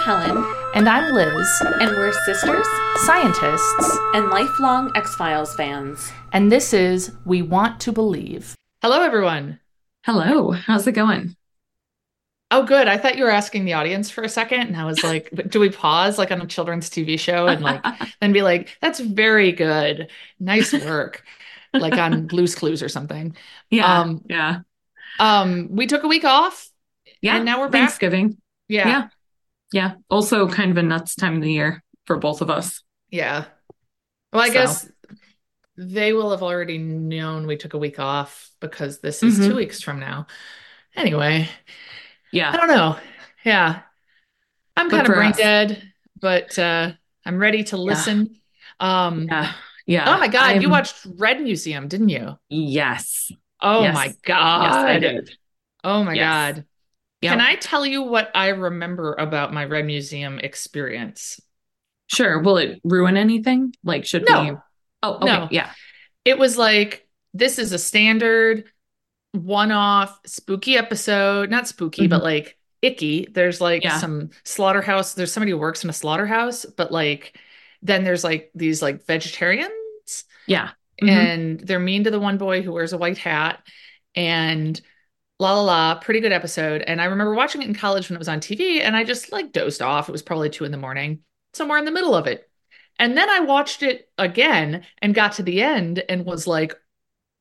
Helen, And I'm Liz, and we're sisters scientists, and lifelong X Files fans. and this is We Want to Believe. Hello, everyone. Hello, how's it going? Oh, good. I thought you were asking the audience for a second, and I was like, do we pause like on a children's TV show and like then be like, that's very good. Nice work. like on Blue's Clues or something. yeah, Um, yeah, Um, we took a week off. yeah. and now we're back. Thanksgiving. Yeah. Yeah. Yeah. Also, kind of a nuts time of the year for both of us. Yeah. Well, I So. guess they will have already known we took a week off because this is Mhm. two weeks from now. Anyway, I Yeah. don't know. Yeah. I'm But kind of for brain us. dead, but uh I'm ready to listen. Um Yeah. Yeah. oh my God, you I'm- watched Red Museum, didn't you? Yes. Oh Yes. my Yes, God. Yes, I did. Oh my Yes. God. Yep. Can I tell you what I remember about my Red Museum experience? Sure. Will it ruin anything? Like, should No. we? Oh, okay. No. Yeah. it was like this is a standard one-off spooky episode not spooky but like icky there's like Yeah. some slaughterhouse there's somebody who works in a slaughterhouse but like then there's like these like vegetarians Yeah. Mhm. and they're mean to the one boy who wears a white hat and la la la pretty good episode and i remember watching it in college when it was on tv and i just like dozed off it was probably two in the morning somewhere in the middle of it and then i watched it again and got to the end and was like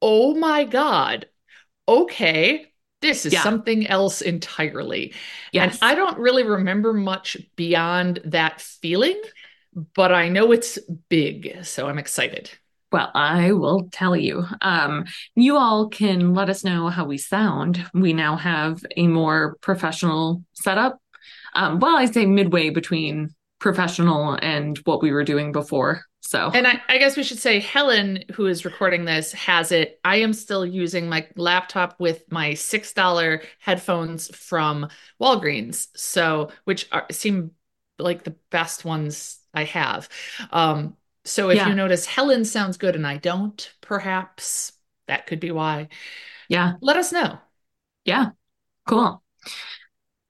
oh my god okay this is Yeah. something else entirely Yes. and I don't really remember much beyond that feeling, but I know it's big, so I'm excited. Well, I will tell you. Um, you all can let us know how we sound. We now have a more professional setup. Um, well, I say midway between professional and what we were doing before. So, And I, I guess we should say Helen, who is recording this, has it. I am still using my laptop with my six dollar headphones from Walgreens, so which are, seem like the best ones I have. Um, so if Yeah. you notice Helen sounds good and I don't, perhaps that could be why. yeah, Let us know. yeah, cool.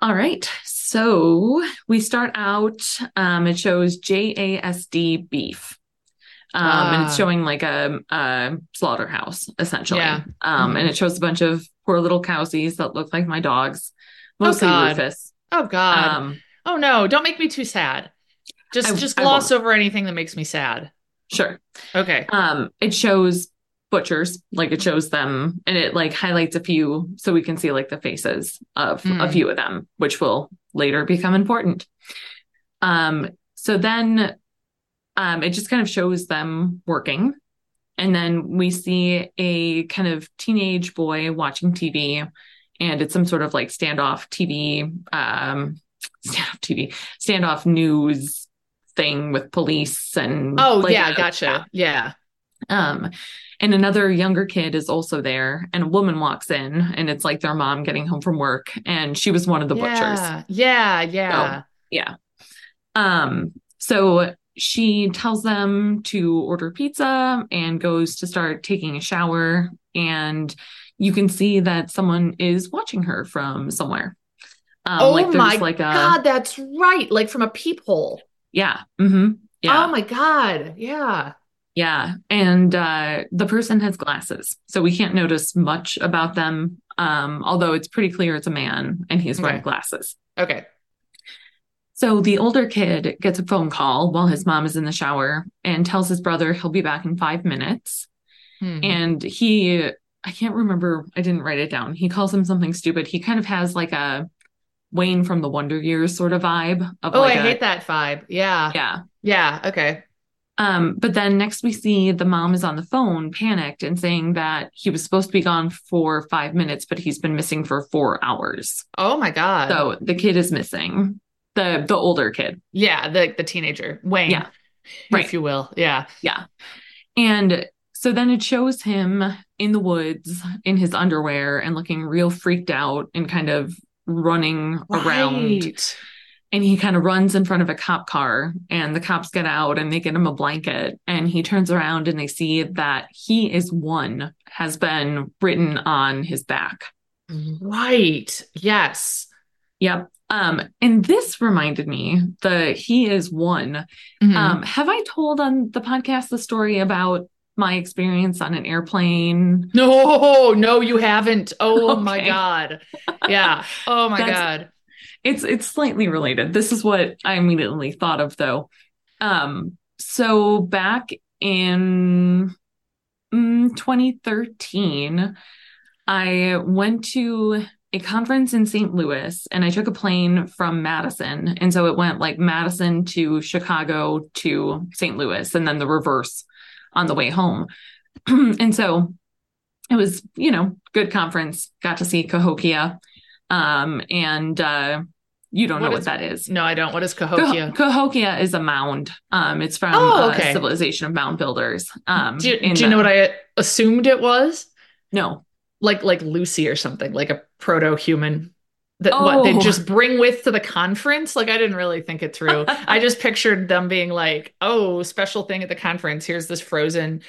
All right. So we start out, um, it shows JASD beef. Um, and Ah. it's showing like a, a slaughterhouse, essentially. Yeah. Um, Mhm. and it shows a bunch of poor little cowsies that look like my dogs, mostly God. Rufus. Oh God. Um, Oh no, don't make me too sad. Just I- just I gloss won't. over anything that makes me sad. sure. Okay. Um, it shows butchers, like it shows them, and it like highlights a few so we can see like the faces of Mm. a few of them, which will later become important. Um, so then um, it just kind of shows them working. And then we see a kind of teenage boy watching TV, and it's some sort of like standoff TV, um, standoff TV, standoff news thing with police and Oh like, yeah, uh, gotcha. Yeah. um, and another younger kid is also there, and a woman walks in, and it's like their mom getting home from work, and she was one of the butchers. Yeah, yeah, yeah. Yeah. Um, so she tells them to order pizza and goes to start taking a shower, and you can see that someone is watching her from somewhere. Um, Oh like there's my like a God, that's right. Like from a peephole. yeah, hmm yeah. Oh my God. Yeah. Yeah, and uh, the person has glasses, so we can't notice much about them. Um, although it's pretty clear it's a man and he's wearing Okay. glasses. Okay. So the older kid gets a phone call while his mom is in the shower and tells his brother he'll be back in five minutes. Hmm. And he, I can't remember, I didn't write it down. He calls him something stupid. He kind of has like a Wayne from the Wonder Years sort of vibe of Oh, like I a- hate that vibe. Yeah. yeah. Yeah. Okay. Um, but then next we see the mom is on the phone, panicked, and saying that he was supposed to be gone for five minutes, but he's been missing for four hours. Oh my God. So the kid is missing. The the older kid. yeah, the the teenager, Wayne, Yeah. Right. if you will. Yeah. And so then it shows him in the woods in his underwear and looking real freaked out and kind of running around. Right. And he kind of runs in front of a cop car, and the cops get out and they get him a blanket. And he turns around and they see that he is one has been written on his back. Right. Yes. Yep. Um, and this reminded me the he is one. Mhm. Um, have I told on the podcast the story about my experience on an airplane? no, no, you haven't. Oh my Okay. god. Yeah. Oh my That's- god. It's it's slightly related. This is what I immediately thought of though. Um, so back in mm, 2013, I went to a conference in St. Louis and I took a plane from Madison. And so it went like Madison to Chicago to St. Louis and then the reverse on the way home. and so it was, you know, good conference. Got to see Cahokia. Um, and uh, you don't What know is- what that is. No, I don't. What is Cahokia? Cahokia. Cahokia is a mound. Um, it's from Oh, uh, okay. civilization of mound builders. Um, do you, in do you the- know what I assumed it was? No, Like like Lucy or something, like a proto human that what they Oh. just bring with to the conference. Like I didn't really think it through. I just pictured them being like, oh, special thing at the conference. Here's this frozen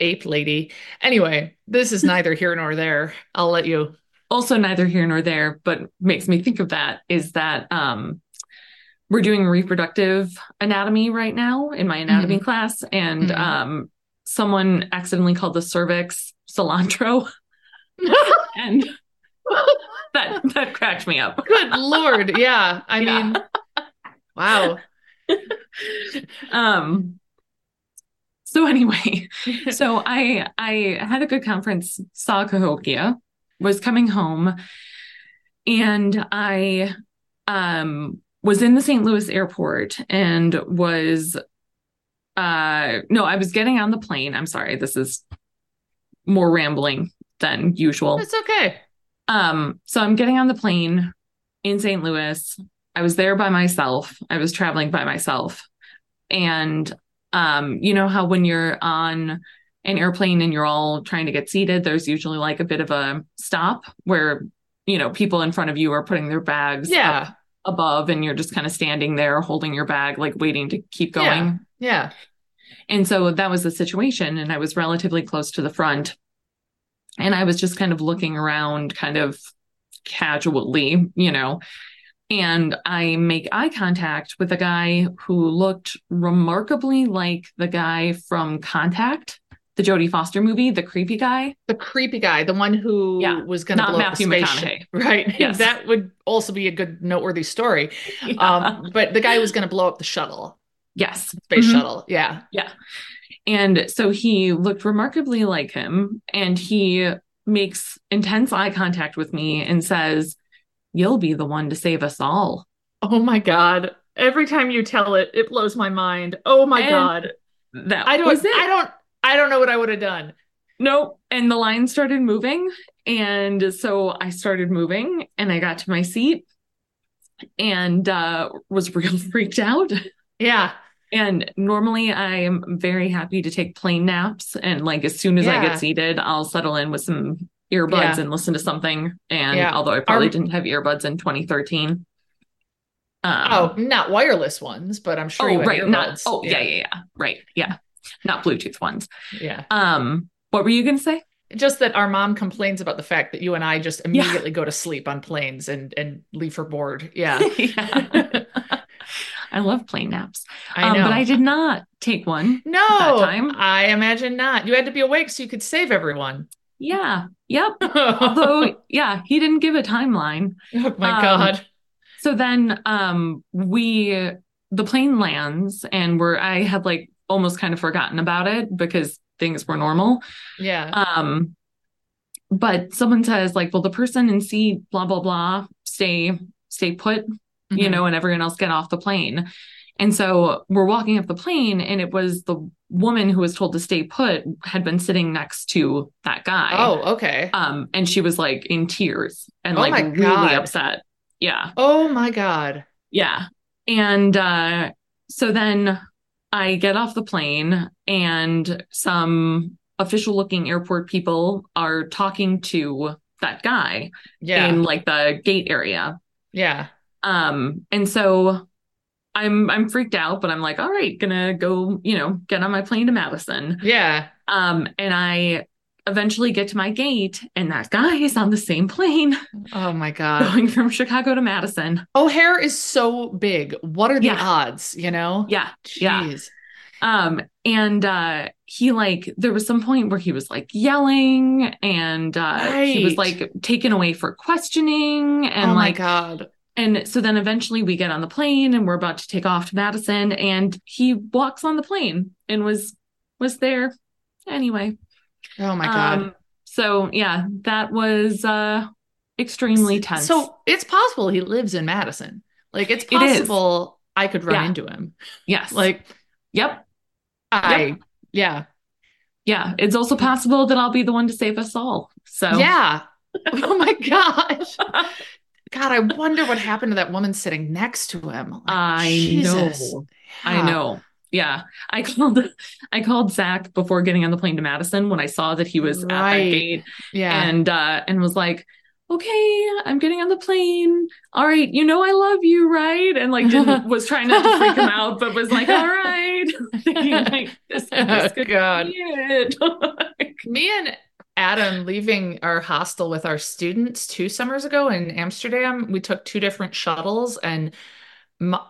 ape lady. Anyway, this is neither here nor there. I'll let you. also neither here nor there, but makes me think of that is that um, we're doing reproductive anatomy right now in my anatomy Mm-hmm. class, and Mhm. um, someone accidentally called the cervix cilantro, and that that cracked me up. Good lord. Yeah. I Yeah. mean, wow. Um, so anyway. so I I had a good conference, saw Cahokia, was coming home, and I um was in the St. Louis airport and was uh no, I was getting on the plane. I'm sorry, this is more rambling than usual. It's okay. Um, so I'm getting on the plane in St. Louis. I was there by myself. I was traveling by myself. And um, you know how when you're on an airplane and you're all trying to get seated, there's usually like a bit of a stop where, you know, people in front of you are putting their bags up Yeah. above and you're just kind of standing there holding your bag, like waiting to keep going. Yeah. Yeah. And so that was the situation. And I was relatively close to the front. And I was just kind of looking around, kind of casually, you know. And I make eye contact with a guy who looked remarkably like the guy from Contact, the Jodie Foster movie, the creepy guy. The creepy guy, the one who Yeah. was going to Not blow Matthew up the McConaughey. spaceship. Right. Yes. That would also be a good noteworthy story. Um, but the guy who was going to blow up the shuttle, yes. space Mhm. shuttle. Yeah. And so he looked remarkably like him and he makes intense eye contact with me and says, You'll be the one to save us all. Oh my God. Every time you tell it, it blows my mind. Oh my And- God. That I don't, was it. I don't, I don't know what I would have done. Nope. And the line started moving. And so I started moving and I got to my seat and uh, was real freaked out. Yeah. And normally I'm very happy to take plane naps. And like as soon as I Yeah. get seated, I'll settle in with some earbuds Yeah. and listen to something. And Yeah. although I probably Are- didn't have earbuds in 2013. Um, Oh, not wireless ones, but I'm sure you oh, had right. Not, earbuds. oh, yeah. yeah, yeah. Right. Yeah. Not Bluetooth ones. Yeah. Um, what were you going to say? Just that our mom complains about the fact that you and I just immediately go to sleep on planes and and leave her bored. Yeah. Yeah. I love plane naps. I um, know. But I did not take one. no, time. I imagine not. You had to be awake so you could save everyone. Yeah. Yep. oh Although, yeah, he didn't give a timeline. my um, God. So then um we the plane lands and we're I had like almost kind of forgotten about it because things were normal. Yeah. Um but someone says like, well, the person in seat blah blah blah stay stay put you Mhm. know, and everyone else get off the plane. And so we're walking up the plane, and it was the woman who was told to stay put had been sitting next to that guy. Oh, okay. Um, and she was like in tears and Oh like my really God. upset. Yeah. oh my God. Yeah. And uh, so then I get off the plane, and some official looking airport people are talking to that guy Yeah. in like the gate area. yeah. Um, and so I'm I'm freaked out, but I'm like, all right, gonna go, you know, get on my plane to Madison. Yeah. Um, and I eventually get to my gate, and that guy is on the same plane Oh my God. going from Chicago to Madison. O'Hare is so big. What are the Yeah. odds? You know? Yeah. Yeah. Jeez. Um, and uh he like there was some point where he was like yelling and uh he was Right. like taken away for questioning and oh my like God. and so then eventually we get on the plane and we're about to take off to Madison and he walks on the plane and was was there anyway. Oh my God. Um, so yeah, that was uh extremely tense. So it's possible he lives in Madison. Like it's It is. possible I could run Yeah. into him. yes. Like yep. I, yeah, Yeah, it's also possible that I'll be the one to save us all. So yeah. Oh my gosh. God, I wonder what happened to that woman sitting next to him. Like, I Jesus. know. Yeah. I know. Yeah. I called I called Zach before getting on the plane to Madison when I saw that he was at that Right. gate Yeah. and uh and was like, Okay, I'm getting on the plane. All right, you know I love you, right? And like didn't was trying not to freak him out, but was like, All right. Thinking, like, this, this could be Oh God. it. Me and Adam leaving our hostel with our students two summers ago in Amsterdam, we took two different shuttles and my,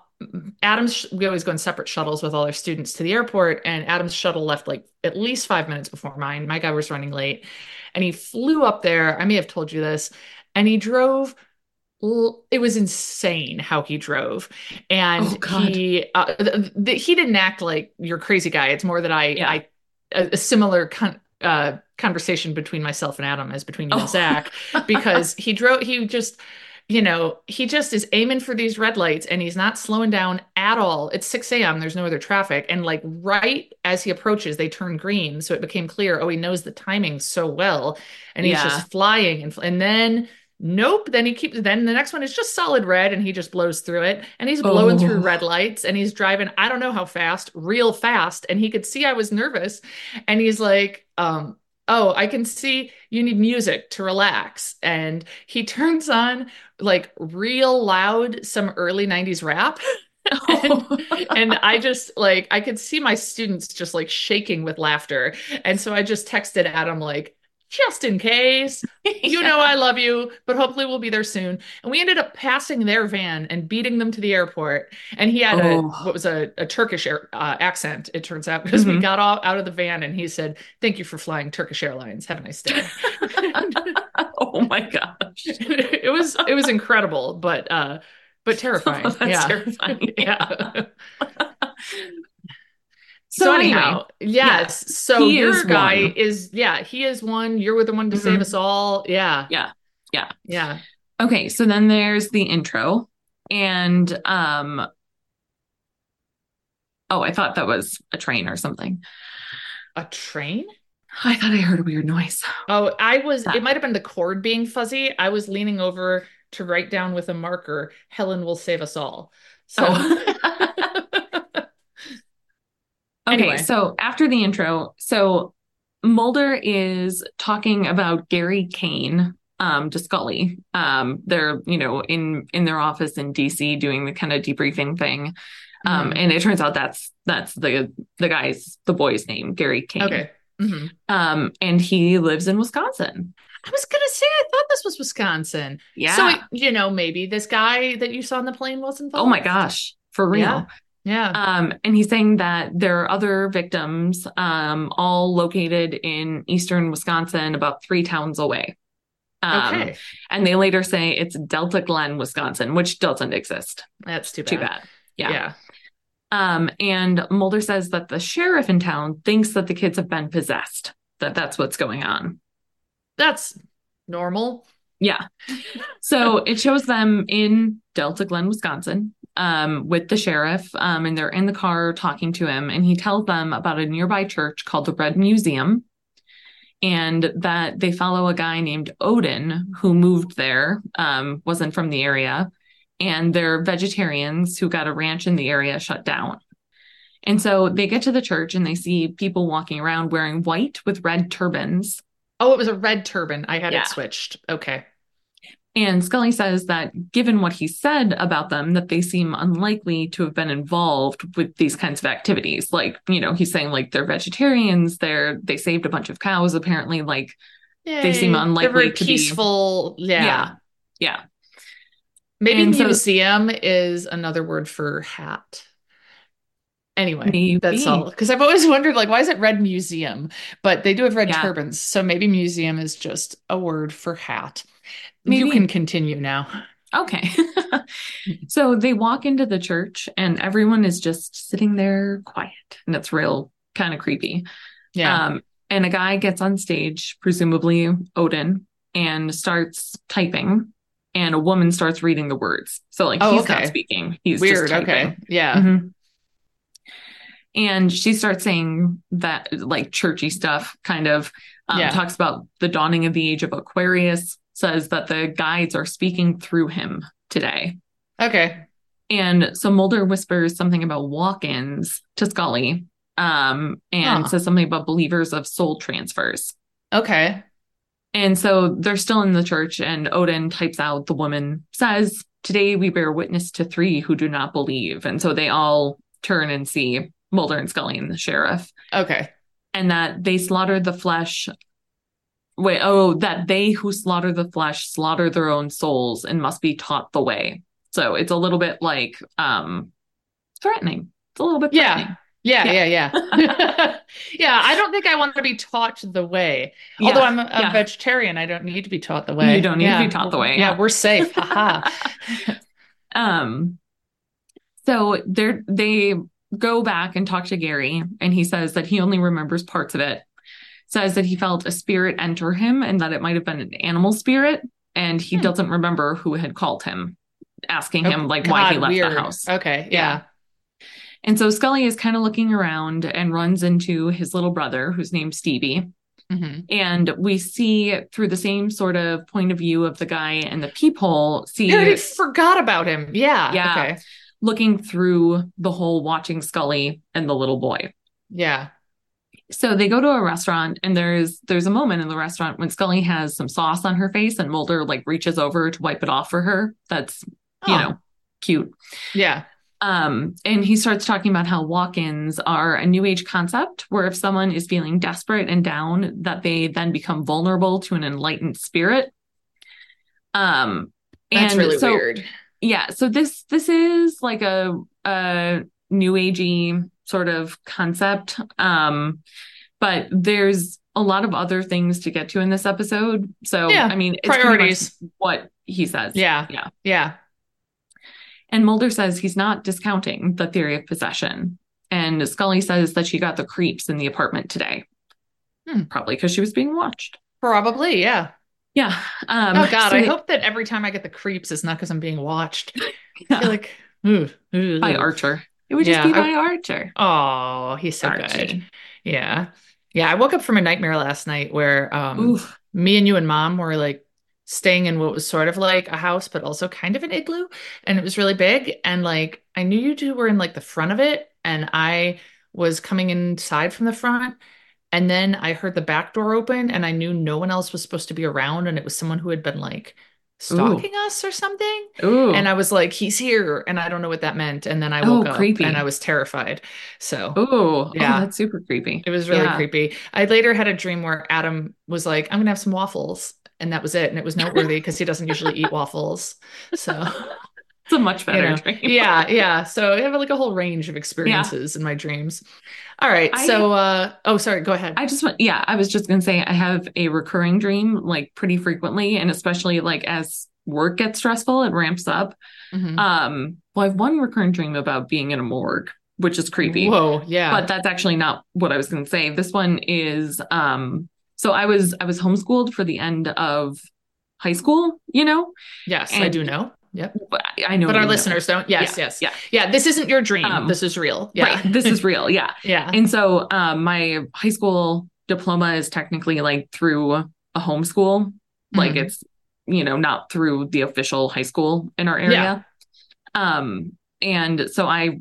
Adam's we always go in separate shuttles with all our students to the airport and Adam's shuttle left like at least 5 minutes before mine. My guy was running late and he flew up there. I may have told you this. And he drove l- it was insane how he drove and Oh, God. he uh, th- th- he didn't act like you're a crazy guy it's more that I Yeah. I a, a similar con- uh, conversation between myself and Adam as between you Oh. and Zach because he drove he just you know he just is aiming for these red lights and he's not slowing down at all it's 6 a.m there's no other traffic and like right as he approaches they turn green so it became clear oh he knows the timing so well and he's Yeah. just flying and, fl- and then nope then he keeps then the next one is just solid red and he just blows through it and he's blowing Oh. through red lights and he's driving i don't know how fast real fast and he could see i was nervous and he's like um oh i can see you need music to relax and he turns on like real loud some early 90s rap Oh, and I just like I could see my students just like shaking with laughter. And so I just texted Adam like, just in case, you know I love you, but hopefully we'll be there soon. And we ended up passing their van and beating them to the airport. And he had a Oh. what was a, a Turkish air, uh, accent, it turns out, because we Mhm. got all out of the van and he said, "Thank you for flying Turkish Airlines. Have a nice day." Oh my gosh. it was it was incredible, but uh, but terrifying. Oh, That's yeah. terrifying. yeah. So, anyhow, yes. So He your is guy one. is yeah, he is one. You're the one to save Mhm. us all. Yeah. Yeah. Yeah. Yeah. Okay, so then there's the intro and um Oh, I thought that was a train or something. A train? I thought I heard a weird noise. Oh, I was Yeah. it might have been the cord being fuzzy. I was leaning over to write down with a marker, Helen will save us all. So Oh. Okay, Anyway. so after the intro, so Mulder is talking about Gary Kane um to Scully. Um they're, you know, in in their office in DC doing the kind of debriefing thing. Um Mhm. and it turns out that's that's the the guy's the boy's name, Gary Kane. okay. Mhm. Um, and he lives in Wisconsin. I was gonna say I thought this was Wisconsin. So you know, maybe this guy that you saw on the plane was involved. oh my gosh, for real. Yeah. Yeah. Um, and he's saying that there are other victims, um, all located in eastern Wisconsin, about three towns away. Um, okay. And they later say it's Delta Glen, Wisconsin, which doesn't exist. That's too bad. Too bad. Yeah. yeah. Um, and Mulder says that the sheriff in town thinks that the kids have been possessed. That that's what's going on. That's normal. Yeah. So it shows them in Delta Glen, Wisconsin, um, with the sheriff, um, and they're in the car talking to him, and he tells them about a nearby church called the Red Museum, and that they follow a guy named Odin who moved there, um, wasn't from the area, and they're vegetarians who got a ranch in the area shut down. And so they get to the church and they see people walking around wearing white with red turbans. Oh, it was a red turban. I had Yeah. it switched. Okay. And Scully says that given what he said about them, that they seem unlikely to have been involved with these kinds of activities. Like, you know, he's saying like they're vegetarians, they're they saved a bunch of cows apparently, like They seem Yay. unlikely They're very to be- peaceful. Yeah. Yeah. yeah. Maybe And so- museum is another word for hat. Anyway, that's Maybe. all. Because I've always wondered, like, why is it red museum? But they do have red Yeah. turbans, so maybe museum is just a word for hat. You Maybe. can continue now. Okay. so they walk into the church and everyone is just sitting there quiet. And it's real kind of creepy. Yeah. Um, and a guy gets on stage, presumably Odin, and starts typing. And a woman starts reading the words. So like Oh, he's okay. not speaking. He's Weird. Just typing. Okay. Yeah. Mhm. And she starts saying that like churchy stuff, kind of um, Yeah. talks about the dawning of the age of Aquarius, says that the guides are speaking through him today. Okay. And so Mulder whispers something about walk ins to Scully um, and Huh. says something about believers of soul transfers. Okay. And so they're still in the church, and Odin types out the woman says, Today we bear witness to three who do not believe. And so they all turn and see Mulder and Scully and the sheriff, Okay. and that they slaughter the flesh. Wait, oh, that they who slaughter the flesh slaughter their own souls and must be taught the way. So it's a little bit like um threatening. It's a little bit Yeah. threatening. Yeah. Yeah. Yeah. Yeah. I don't think I want to be taught the way. Although I'm a yeah. vegetarian, I don't need to be taught the way. You don't need to Yeah. be taught the way, Yeah. yeah. We're safe. Haha. Um, so they're they go back and talk to Gary, and he says that he only remembers parts of it. Says that he felt a spirit enter him, and that it might have been an animal spirit, and he Hmm. doesn't remember who had called him, asking him like why God, he left weird. the house. Okay. Yeah. And so Scully is kind of looking around and runs into his little brother, who's named Stevie. Yeah. Mm-hmm. Mhm. And we see through the same sort of point of view of the guy and the peephole, see You already forgot about him. Yeah. Yeah. Okay. looking through the hole, watching Scully and the little boy. Yeah. So they go to a restaurant and there's there's a moment in the restaurant when Scully has some sauce on her face and Mulder like reaches over to wipe it off for her. That's you Oh, know cute. Yeah. Um and he starts talking about how walk-ins are a new age concept where if someone is feeling desperate and down that they then become vulnerable to an enlightened spirit. Um That's and really so- weird. yeah so this this is like a a new agey sort of concept um but there's a lot of other things to get to in this episode so Yeah, i mean it's pretty much Priorities. what he says Yeah. yeah. Yeah. and mulder says he's not discounting the theory of possession and scully says that she got the creeps in the apartment today Hmm. probably because she was being watched Probably. Yeah. yeah um oh God. so I they- hope that every time I get the creeps, it's not because I'm being watched. I Yeah. feel like, ooh, ooh. by archer it would just Yeah, be I- by archer Oh, he's so good. Archie. Yeah. Yeah. I woke up from a nightmare last night where um Oof. me and you and mom were like staying in what was sort of like a house, but also kind of an igloo. And it was really big. And like I knew you two were in like the front of it. And I was coming inside from the front. And then I heard the back door open and I knew no one else was supposed to be around. And it was someone who had been like stalking us or something. Ooh. And I was like, he's here. And I don't know what that meant. And then I Oh, woke up creepy. and I was terrified. So Ooh, Yeah. oh, that's super creepy. it was really Yeah. creepy. I later had a dream where Adam was like, I'm going to have some waffles. And that was it. And it was noteworthy because he doesn't usually eat waffles. So, It's a much better know, dream. yeah, yeah. So I have like a whole range of experiences in my dreams. All right. I- so, uh, oh, sorry. Go ahead. I just want, yeah, I was just gonna say I have a recurring dream like pretty frequently, and especially like as work gets stressful, it ramps up. Mhm. Um, well, I have one recurring dream about being in a morgue, which is creepy. Whoa. Yeah. But that's actually not what I was gonna say. This one is um, so I was I was homeschooled for the end of high school, you know. yes. I and- do know. Yep. But I, I know But our you know. listeners don't. Yes. yes. yeah. Yeah. This isn't your dream. Um, this is real. Yeah. Right. This is real, yeah. yeah. And so um, my high school diploma is technically like through a homeschool. Like Mhm. it's, you know, not through the official high school in our area. Um, and so I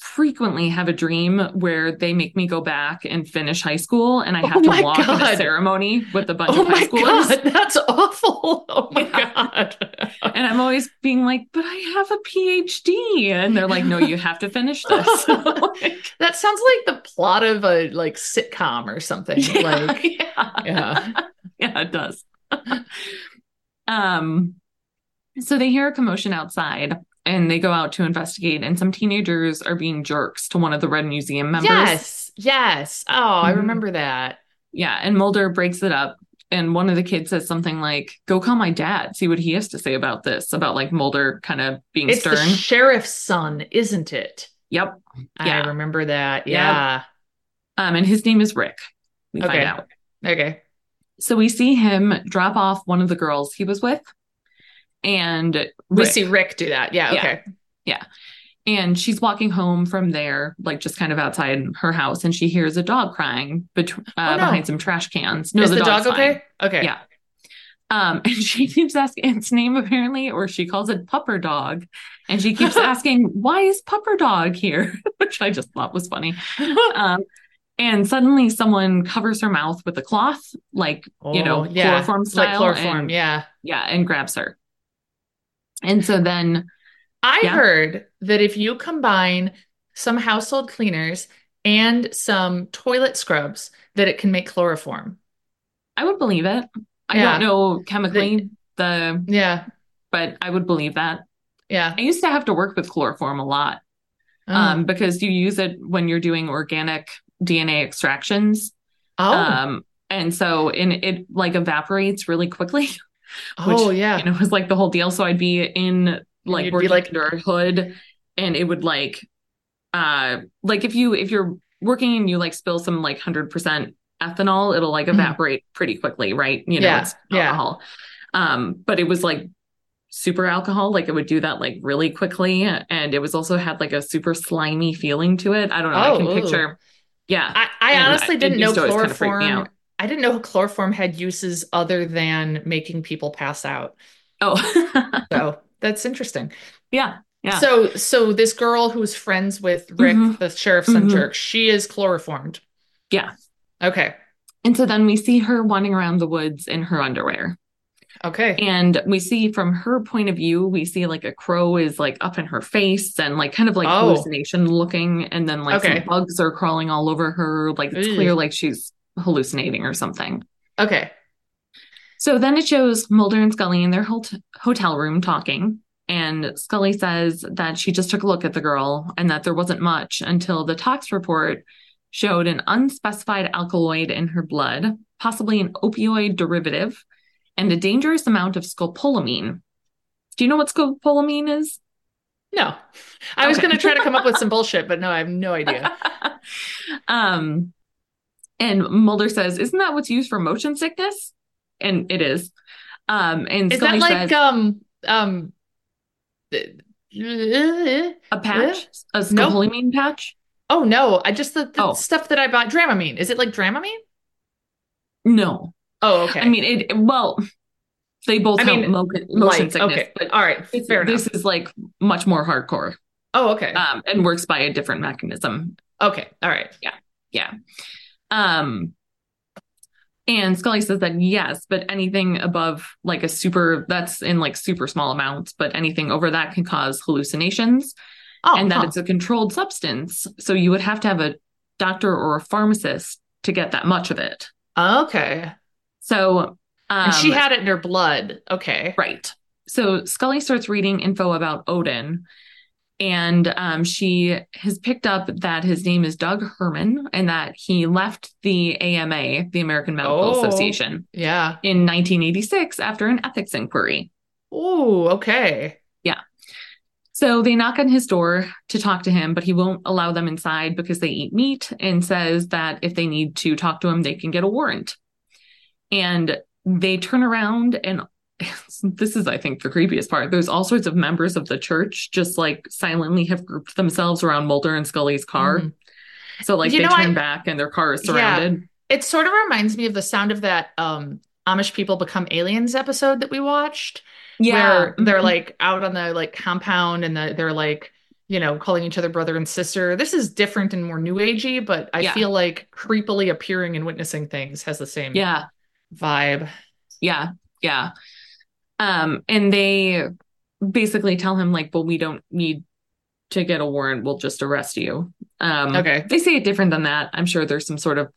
frequently have a dream where they make me go back and finish high school and I have Oh my to walk in God. a ceremony with a bunch Oh of high my schoolers. God, that's awful. Oh my Yeah. God. always being like, but I have a PhD. And they're like, no, you have to finish this. Like, That sounds like the plot of a like sitcom or something. yeah, Like, yeah. yeah. yeah, it does. um, so they hear a commotion outside and they go out to investigate, and some teenagers are being jerks to one of the Red Museum members. Yes. Yes. Oh, I Mhm. remember that. Yeah, and Mulder breaks it up. And one of the kids says something like, Go call my dad, see what he has to say about this, about like Mulder kind of being It's the stern. sheriff's son, isn't it? yep. Yeah. I remember that. Yeah. Yeah. Um, and his name is Rick. We Okay. find out. Okay. So we see him drop off one of the girls he was with, and We Rick. see Rick do that. Yeah. Yeah. Okay. and she's walking home from there, like just kind of outside her house, and she hears a dog crying bet- uh, Oh, no. behind some trash cans. No, Is the, dog dog's fine. okay? Okay. Yeah. Um, and she keeps asking its name apparently, or she calls it pupper dog, and she keeps asking, "Why is pupper dog here?" Which I just thought was funny. Um, and suddenly, someone covers her mouth with a cloth, like you know, Oh, yeah. chloroform It's like style chloroform. and- yeah. yeah, and grabs her. And so then, I Yeah. heard that if you combine some household cleaners and some toilet scrubs, that it can make chloroform. I would believe it. I Yeah. don't know chemically the, Yeah. but I would believe that. Yeah. I used to have to work with chloroform a lot, Mm. um, because you use it when you're doing organic DNA extractions. oh. Um, and so, and it like evaporates really quickly. oh, which, yeah. and it was like the whole deal. So I'd be in like you'd be, working like- under a hood, and it would like, uh, like if you if you're working and you like spill some like hundred percent ethanol, it'll like Mhm. evaporate pretty quickly, right? You know, Yeah, it's yeah. alcohol. Um, but it was like super alcohol, like it would do that like really quickly, and it was also had like a super slimy feeling to it. I don't know. I Oh, can ooh. picture. Yeah. I, I And honestly it didn't know used to always kinda freak me chloroform. out. I didn't know chloroform had uses other than making people pass out. Oh, So that's interesting. yeah. Yeah. So so this girl who's friends with Rick, Mhm. the sheriff's son Mhm. jerk, she is chloroformed. Yeah. Okay. And so then we see her wandering around the woods in her underwear. Okay. And we see from her point of view, we see like a crow is like up in her face and like kind of like Oh. hallucination looking. And then like Okay. some bugs are crawling all over her. Like it's Ew. clear like she's hallucinating or something. Okay. So then it shows Mulder and Scully in their hot- hotel room talking. And Scully says that she just took a look at the girl and that there wasn't much until the tox report showed an unspecified alkaloid in her blood, possibly an opioid derivative, and a dangerous amount of scopolamine. Do you know what scopolamine is? No. I was Okay. gonna try to come up with some bullshit, but no, I have no idea. um, and Mulder says, Isn't that what's used for motion sickness? And it is. Um, and Is Scully that says, like um um uh, A patch? A Nope. scopolamine patch? oh no, I just the, the Oh. stuff that I bought Dramamine. Is it like Dramamine? No. Oh, okay. I mean, it, well, they both I have mean, mo- motion Like, sickness, okay. but All right. this, Fair enough. this is like much more hardcore Oh, okay. um, and works by a different mechanism. okay. All right. Um, and Scully says that yes, but anything above like a super, that's in like super small amounts, but anything over that can cause hallucinations. Oh, and that huh. it's a controlled substance. So you would have to have a doctor or a pharmacist to get that much of it. okay. So um, and she had it in her blood. Okay. right. So Scully starts reading info about Odin, and um, she has picked up that his name is Doug Herman and that he left the AMA, the American Medical Oh. Association, Yeah. in 1986 after an ethics inquiry. Ooh. Okay. So they knock on his door to talk to him, but he won't allow them inside because they eat meat and says that if they need to talk to him, they can get a warrant. And they turn around and this is, I think, the creepiest part. There's all sorts of members of the church just like silently have grouped themselves around Mulder and Scully's car. Mhm. So like You they know, turn I- back and their car is Yeah. surrounded. It sort of reminds me of the sound of that um Amish people become aliens episode that we watched, where Mm-hmm. they're like out on the like compound and the, they're like you know calling each other brother and sister. This is different and more new agey, but I Yeah. feel like creepily appearing and witnessing things has the same yeah. vibe. Yeah, yeah. Um, and they basically tell him like, well, we don't need to get a warrant. We'll just arrest you. Um, Okay. They say it different than that. I'm sure there's some sort of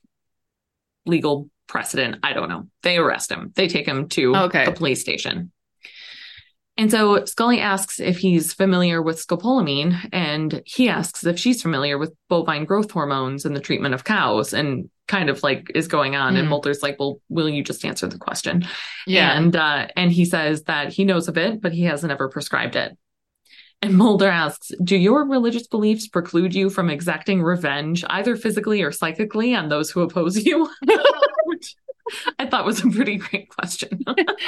legal precedent. I don't know. They arrest him. They take him to Okay. the police station. And so Scully asks if he's familiar with scopolamine, and he asks if she's familiar with bovine growth hormones and the treatment of cows, and kind of like is going on. And Mm. Mulder's like, "Well, will you just answer the question?" Yeah. And uh, and he says that he knows of it, but he hasn't ever prescribed it. And Mulder asks, "Do your religious beliefs preclude you from exacting revenge, either physically or psychically, on those who oppose you?" Which I thought was a pretty great question.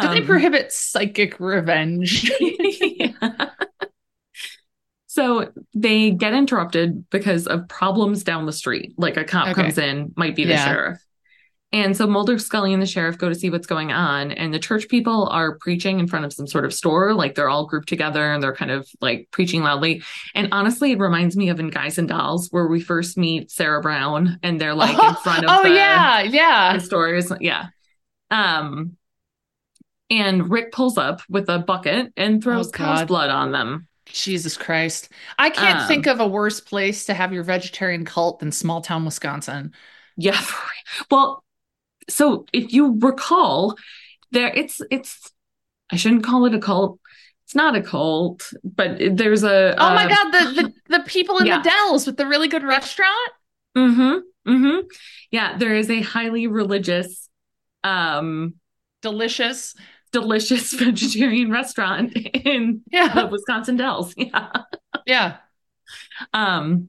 Do they Um, prohibit psychic revenge? Yeah. So they get interrupted because of problems down the street. Like a cop Okay. comes in, might be the Yeah. sheriff. And so Mulder, Scully, and the sheriff go to see what's going on. And the church people are preaching in front of some sort of store. Like they're all grouped together and they're kind of like preaching loudly. And honestly, it reminds me of in Guys and Dolls, where we first meet Sarah Brown and they're like in front of oh the, yeah, yeah. the stores. Yeah. Um, and Rick pulls up with a bucket and throws Oh, cow's God. blood on them. Jesus Christ. I can't Um, think of a worse place to have your vegetarian cult than small town Wisconsin. Yeah. for real. Well, so if you recall, there it's it's I shouldn't call it a cult. It's not a cult, but it- there's a uh, oh my god, the the, the people in yeah. the Dells with the really good restaurant? Mm-hmm. Mm-hmm. Yeah, there is a highly religious, um, Delicious. delicious vegetarian restaurant in Yeah. the Wisconsin Dells. Yeah. Oh. Yeah. Um,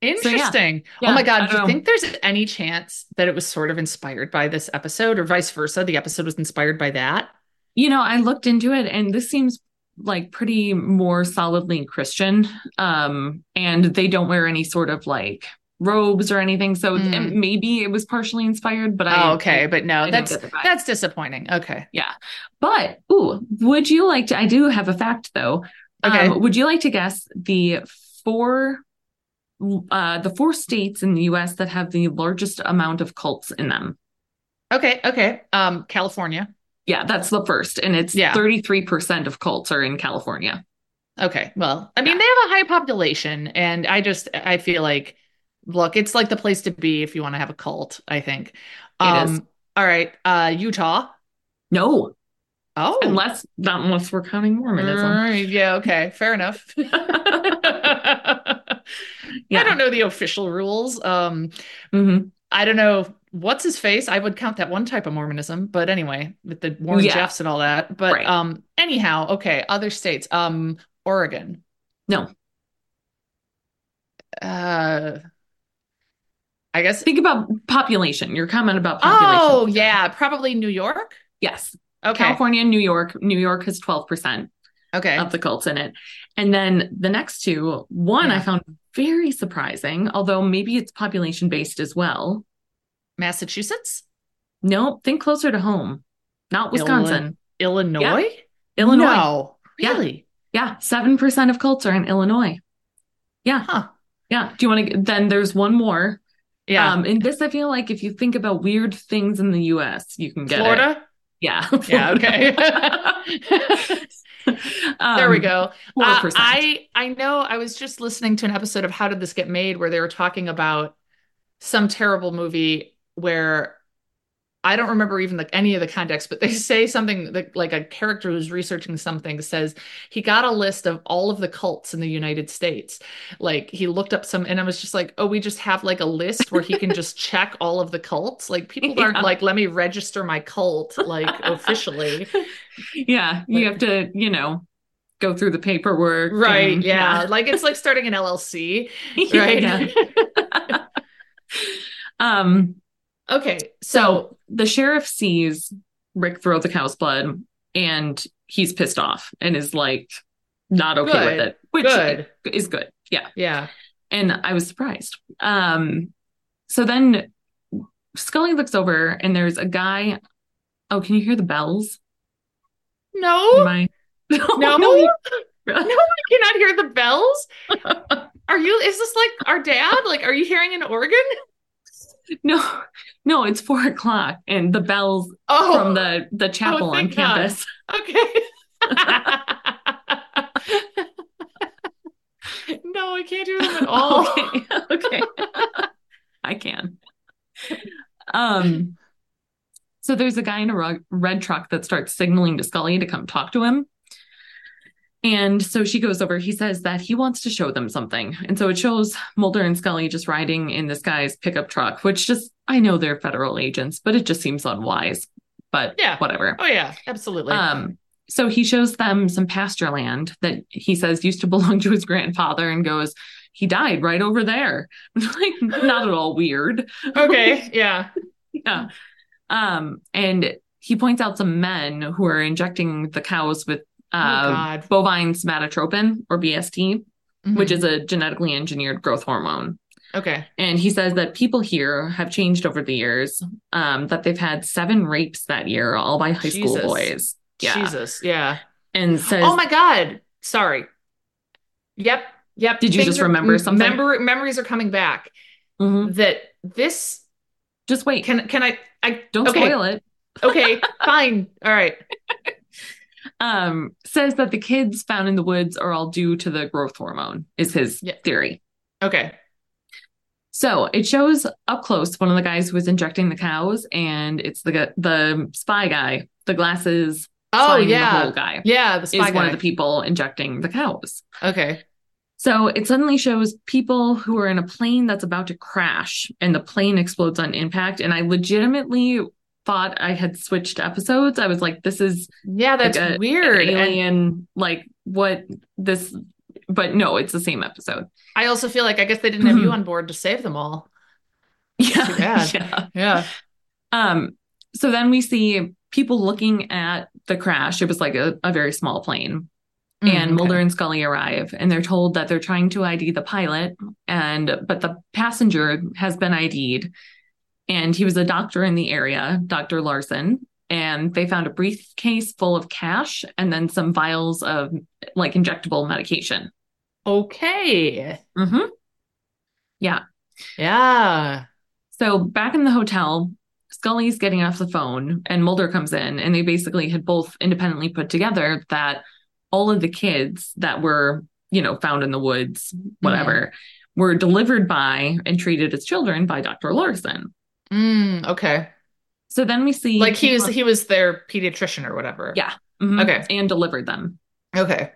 yeah. Interesting. Yeah, oh my I god, do don't you know. think there's any chance that it was sort of inspired by this episode or vice versa? The episode was inspired by that? You know, I looked into it and this seems like pretty more solidly Christian. Um, and they don't wear any sort of like robes or anything. So Mm. and maybe it was partially inspired, but I Oh, okay, but I no, didn't that's get the vibe. that's disappointing. Okay. But ooh, would you like to I do have a fact though. Okay. Um, would you like to guess the four uh the four states in the US that have the largest amount of cults in them? Okay, okay. Um California. Yeah, that's the first. And it's Yeah. 33% of cults are in California. Okay. Well, I mean, they have a high population, and I just I feel like, look, it's like the place to be if you want to have a cult, I think. It is. Um, all right, uh Utah. No, Oh, unless not unless we're counting Mormonism. Alright, yeah, okay, fair enough. Mm. I don't know the official rules. Um, Mhm. I don't know what's his face. I would count that one type of Mormonism, but anyway, with the Warren Yeah. Jeffs and all that. But Right. um, anyhow, okay, other states. Um, Oregon. No. Uh, I guess. Think about population. Your comment about population. Oh yeah, probably New York. yes. Okay. California, Um, New York. New York has twelve percent Okay. of the cults in it, and then the next two. One I Yeah. found very surprising, although maybe it's population based as well. Massachusetts, No, think closer to home. Not Wisconsin, Illinois, Illinois. No, Yeah. really? Yeah, seven percent of cults are in Illinois. Yeah, Huh. yeah. Do you want to? Then there's one more. Yeah. Um, and this, I feel like if you think about weird things in the US, you can get it. Florida. Yeah. Yeah. Okay. Um, there we go. Uh, 4%. I I know I was just listening to an episode of How Did This Get Made where they were talking about some terrible movie where I don't remember even the, any of the context, but they say something that like a character who's researching something says he got a list of all of the cults in the United States. Like he looked up some, and I was just like, oh, we just have like a list where he can just check all of the cults. Like people aren't Yeah. like, let me register my cult like officially. yeah. You have to, you know, go through the paperwork. Right. and- yeah. Like it's like starting an LLC. Yeah. right? Yeah. Um, okay, so so the sheriff sees Rick throw the cow's blood and he's pissed off and is like not okay with Good. it, which uh, good, is good. Yeah. yeah, and I was surprised. Um, so then Scully looks over, and there's a guy. Oh, can you hear the bells? no, Am I- no, you- no, I cannot hear the bells. Are you? Is this like our dad? Like, are you hearing an organ? No, no, it's four o'clock, and the bells Oh, from the the chapel on thank God. campus. okay. no, I can't do them at all. Okay, okay, I can. Um, so there's a guy in a rug- red truck that starts signaling to Scully to come talk to him. And so she goes over. He says that he wants to show them something. And so it shows Mulder and Scully just riding in this guy's pickup truck, which just, I know they're federal agents, but it just seems unwise. But Yeah. whatever. Oh yeah, absolutely. Um, so he shows them some pasture land that he says used to belong to his grandfather and goes, he died right over there. like, not at all weird. okay, yeah. Yeah. Um, and he points out some men who are injecting the cows with oh uh, God. bovine somatotropin or BST, which Mhm. is a genetically engineered growth hormone. Mm-hmm. okay. And he says that people here have changed over the years, um, that they've had seven rapes that year, all by high school Jesus. boys. Yeah. Jesus. Yeah. And says, Oh my God. Sorry. Yep. Yep. Did you Things just remember something? Member, memories are coming back. Mhm. That this just wait. can can I I Don't okay, spoil it. okay fine all right Um, says that the kids found in the woods are all due to the growth hormone, is his Yeah. theory. okay So it shows up close one of the guys who was injecting the cows, and it's the gu- the spy guy, the glasses oh spying the yeah whole guy yeah the spy is one of guy. the people injecting the cows. okay So it suddenly shows people who are in a plane that's about to crash, and the plane explodes on impact. And I legitimately thought I had switched episodes. I was like, this is yeah that's a- weird and alien, like what this, but no, it's the same episode. I also feel like I guess they didn't have you Mhm. on board to save them all too Yeah, bad. yeah. yeah Um, so then we see people looking at the crash. It was like a, a very small plane. and Mulder and Scully arrive and they're told that they're trying to ID the pilot and but the passenger has been ID'd and he was a doctor in the area, Dr. Larson, and they found a briefcase full of cash and then some vials of like injectable medication. okay Mm-hmm. yeah So back in the hotel, Scully's getting off the phone and Mulder comes in, and they basically had both independently put together that all of the kids that were, you know, found in the woods, whatever, were delivered by and treated as children by Dr. Larson. Mm, okay So then we see like he was he was their pediatrician or whatever Yeah. Mhm. okay. and delivered them. okay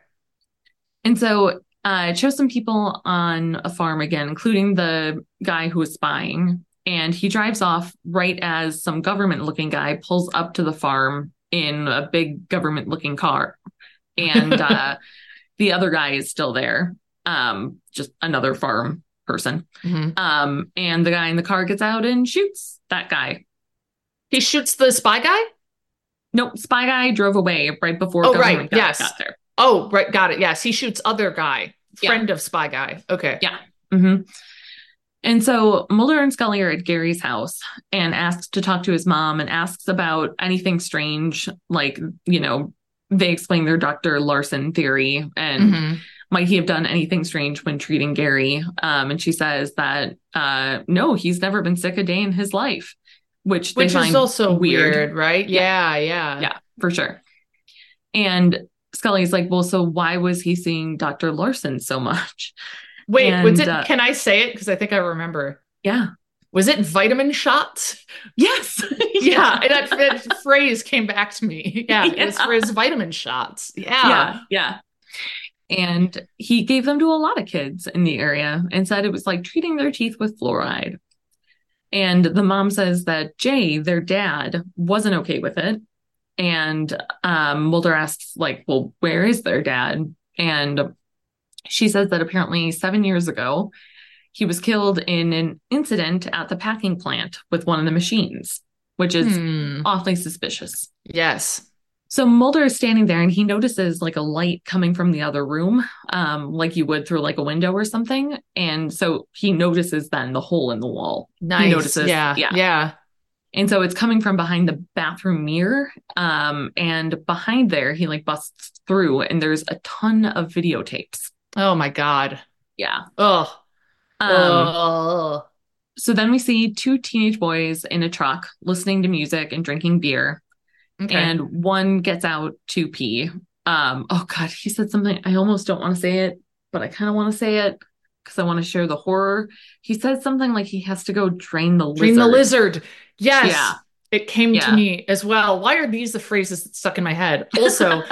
And so uh, it shows some people on a farm again, including the guy who was spying. And he drives off right as some government looking guy pulls up to the farm in a big government looking car. And uh, the other guy is still there, um, just another farm person. Mhm. Um, and the guy in the car gets out and shoots that guy. he shoots the spy guy Nope, spy guy drove away right before Oh, government right, guy yes. got there. oh right got it yes he shoots other guy Yeah. friend of spy guy okay hmm And so Mulder and Scully are at Gary's house and asks to talk to his mom and asks about anything strange. Like, you know, they explain their Dr. Larson theory and Mhm. might he have done anything strange when treating Gary? Um, and she says that uh, no, he's never been sick a day in his life, which they which is find also weird. weird, right yeah yeah Yeah. for sure. And Scully's like, well, so why was he seeing Dr. Larson so much? wait was And, it uh, can I say it because I think I remember Yeah. was it vitamin shots Yes. yeah, and that, that phrase came back to me. Yeah, it was Yeah. for his vitamin shots. Yeah. yeah yeah and he gave them to a lot of kids in the area and said it was like treating their teeth with fluoride and the mom says that jay their dad wasn't okay with it and um, mulder asks like well where is their dad and she says that apparently seven years ago he was killed in an incident at the packing plant with one of the machines which is Hmm. awfully suspicious Yes. so Mulder is standing there and he notices like a light coming from the other room, um, like you would through like a window or something. And so he notices then the hole in the wall. Nice. notices- Yeah. yeah. Yeah. Yeah. And so it's coming from behind the bathroom mirror. Um, and behind there, he like busts through and there's a ton of videotapes. Oh my God. Yeah. Oh. Um, oh. So then we see two teenage boys in a truck listening to music and drinking beer, Okay. and one gets out to pee. Um, oh God, he said something. I almost don't want to say it, but I kind of want to say it because I want to share the horror. He said something like he has to go drain the Dream the lizard. Yes. Yeah. It came Yeah. to me as well. Why are these the phrases that stuck in my head? Also,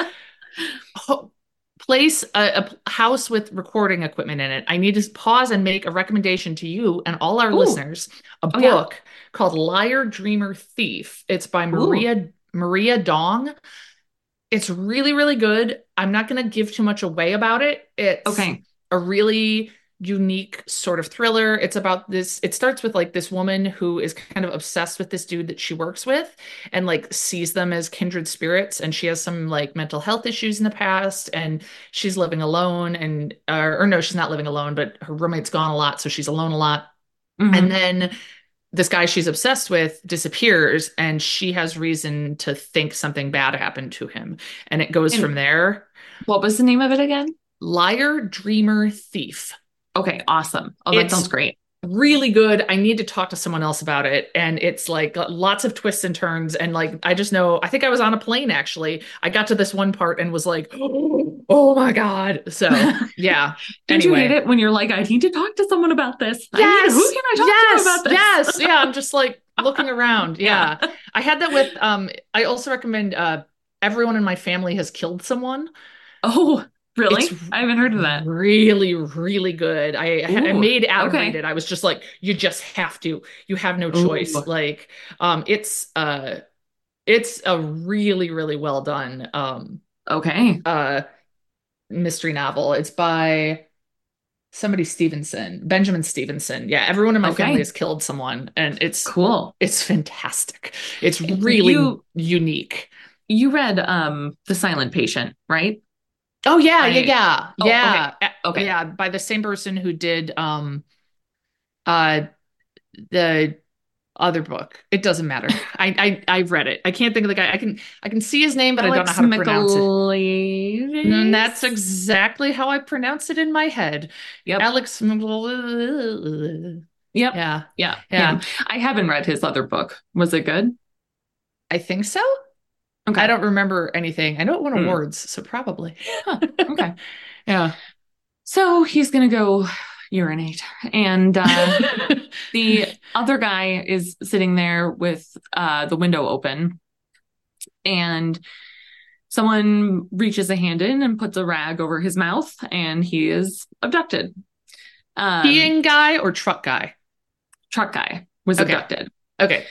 ho- place a, a p- house with recording equipment in it. I need to pause and make a recommendation to you and all our Ooh. listeners a Oh, yeah. book called Liar, Dreamer, Thief. It's by Maria Maria Dong. It's really, really good. I'm not going to give too much away about it. It's Okay. a really unique sort of thriller. It's about this, it starts with like this woman who is kind of obsessed with this dude that she works with and like sees them as kindred spirits. And she has some like mental health issues in the past and she's living alone and, uh, or, or no, she's not living alone, but her roommate's gone a lot. So she's alone a lot. Mhm. And then this guy she's obsessed with disappears and she has reason to think something bad happened to him. And it goes And- from there. what was the name of it again? Liar, dreamer, thief. Okay, awesome. Oh, that It's- sounds great. really good. I need to talk to someone else about it. And it's like got lots of twists and turns. And like, I just know, I think I was on a plane actually. I got to this one part and was like, oh my God. So, yeah. Don't you hate Anyway. it when you're like, I need to talk to someone about this? I need- who can I talk yes, to about this? Yes. Yeah. I'm just like looking around. Yeah. I had that with, um, I also recommend, uh, Everyone in my family has killed someone. Oh, really? It's- I haven't heard of that. Really, really good. I I Ooh, made Adam okay. read it. I was just like, you just have to. You have no Ooh. choice. Like, um, it's uh, it's a really, really well done um Okay. uh mystery novel. It's by somebody Stevenson, Benjamin Stevenson. Yeah, everyone in my Okay. family has killed someone, and it's Cool. it's fantastic. It's really You- unique. You read um The Silent Patient, right? Oh yeah, yeah, I- yeah, Oh, okay. yeah, A- Okay. yeah. By the same person who did um, uh, the other book. It doesn't matter. I I I've read it. I can't think of the guy. I can I can see his name, but I don't know how to pronounce it. Michaelides? And that's exactly how I pronounce it in my head. Yep. Alex. Mc- Yep. Yeah, Yeah. Yeah. him. I haven't read his other book. Was it good? I think so. Okay. I don't remember anything. I know it won Hmm. awards, so probably. Okay. Yeah. So he's gonna go urinate. And uh Um, the other guy is sitting there with uh, the window open and someone reaches a hand in and puts a rag over his mouth and he is abducted um, Peeing guy or truck guy? truck guy was Okay. abducted Okay.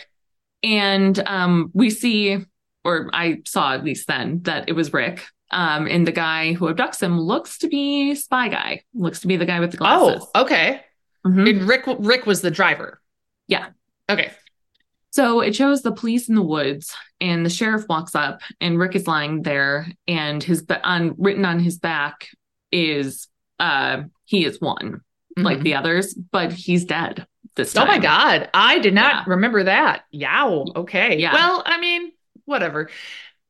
and um, we see or i saw at least then that it was rick um, and the guy who abducts him looks to be spy guy looks to be the guy with the glasses Oh, Mm-hmm. okay. Mhm. And Rick Rick was the driver. Yeah. Okay. So it shows the police in the woods, and the sheriff walks up, and Rick is lying there, and his ba- on written on his back is uh he is one like Mhm. the others, but he's dead this oh Mm-hmm. time. my god, I did not Yeah. remember that. Yow. Okay. Yeah. Well, I mean, whatever.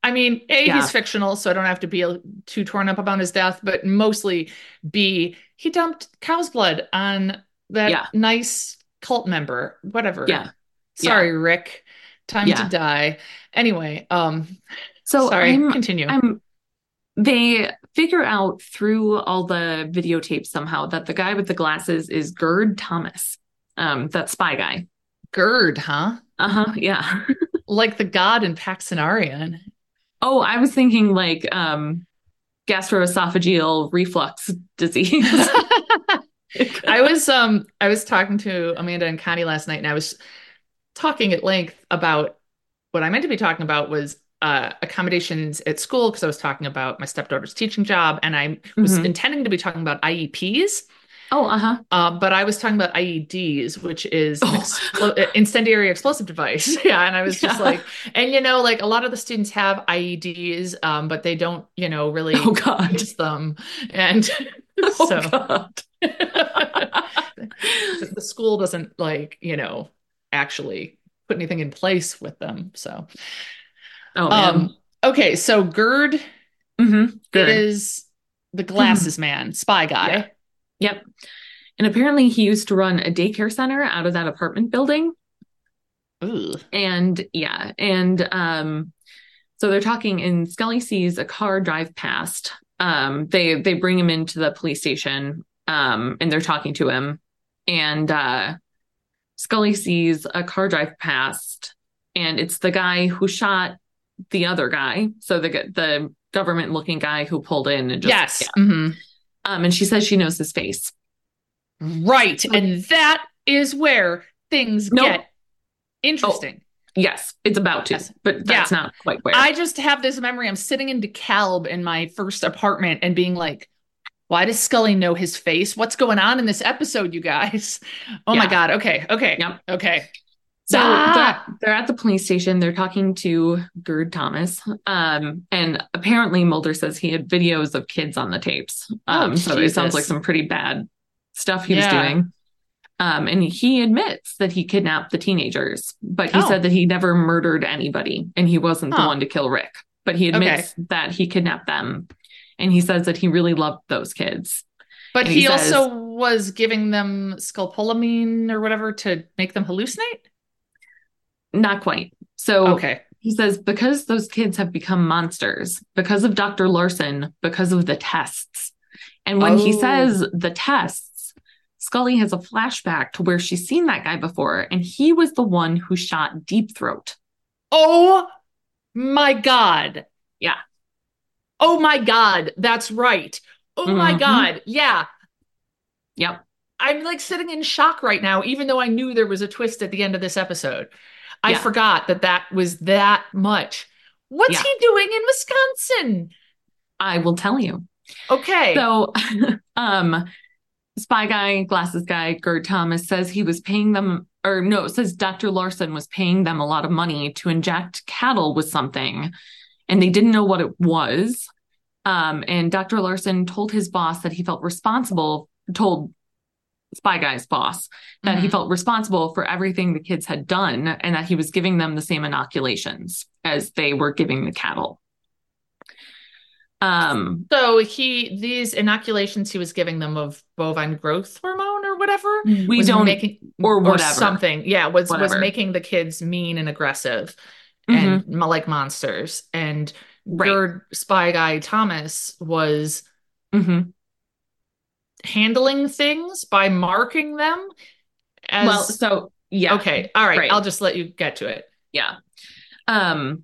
I mean, A, Yeah. he's fictional, so I don't have to be too torn up about his death, but mostly B, he dumped cow's blood on that Yeah. nice cult member. Whatever. Yeah. Sorry, Rick. Time Yeah. to die. Anyway, um So sorry, I'm continue. I'm they figure out through all the videotapes somehow that the guy with the glasses is Gerd Thomas, um, that spy guy. Gerd, huh? Uh huh. Yeah. Like the god in Paxenarian. Oh, I was thinking like um gastroesophageal reflux disease. I was um I was talking to Amanda and Connie last night and I was talking at length about what I meant to be talking about was uh, accommodations at school because I was talking about my stepdaughter's teaching job and I was Mhm. intending to be talking about IEPs, Oh, uh huh. uh, but I was talking about IEDs, which is an Oh. explo- uh, incendiary explosive device. yeah, and I was just Yeah. like, and you know, like a lot of the students have IEDs, um, but they don't, you know, really Oh God. use them, and Oh so. God. the the school doesn't like you know actually put anything in place with them so Oh man. um okay so gerd Mhm. Good. Hmm. is the glasses man spy guy Yep. And apparently, he used to run a daycare center out of that apartment building. Ooh. And yeah, and um, so they're talking, and Scully sees a car drive past. Um, they they bring him into the police station, um, and they're talking to him, and uh, Scully sees a car drive past, and it's the guy who shot the other guy. So the g- the government looking guy who pulled in and just yes. yeah. Mhm. Um, and she says she knows his face. Mm-hmm. Right. And that is where things Hmm. No. Oh, get interesting. Yes, it's about to, Yes. but that's not quite where. I just have this memory. I'm sitting in DeKalb in my first apartment and being like, why does Scully know his face? What's going on in this episode, you guys? Oh my Yeah. God. Okay. Okay. Yep. Okay. So Ah! they're, they're at the police station. They're talking to Gerd Thomas. Um, and apparently Mulder says he had videos of kids on the tapes. Um, Oh, so it sounds Jesus. like some pretty bad stuff he Yeah. was doing. Um, and he admits that he kidnapped the teenagers, but he Oh. said that he never murdered anybody and he wasn't the Huh. one to kill Rick. But he admits that he kidnapped them. And he says that he really loved those kids. But And he, he says- also was giving them sculpolamine or whatever to make them hallucinate. Not quite. So Okay. He says, because those kids have become monsters, because of Dr. Larson, because of the tests. And when he Oh. says the tests, Scully has a flashback to where she's seen that guy before, and he was the one who shot Deep Throat. Oh my God. Yeah. Oh my God. That's right. Oh my Mhm. God. Yeah. Yep. I'm like sitting in shock right now, even though I knew there was a twist at the end of this episode. I Yeah. forgot that that was that much. What's Yeah. he doing in Wisconsin? I will tell you. Okay. So, um, Spy Guy, Glasses Guy, Gerd Thomas says he was paying them, or no, it says Dr. Larson was paying them a lot of money to inject cattle with something, and they didn't know what it was. Um, and Dr. Larson told his boss that he felt responsible, told Spy Guy's boss that he Mhm. felt responsible for everything the kids had done and that he was giving them the same inoculations as they were giving the cattle. Um, So he these inoculations he was giving them of bovine growth hormone or whatever we Hmm. was don't making or or whatever something. Yeah, was was Whatever. making the kids mean and aggressive Mhm. and mo- like monsters. And Right. Gerd Spy Guy Thomas was Mhm. handling things by marking them as well so yeah okay all right, right. i'll just let you get to it yeah um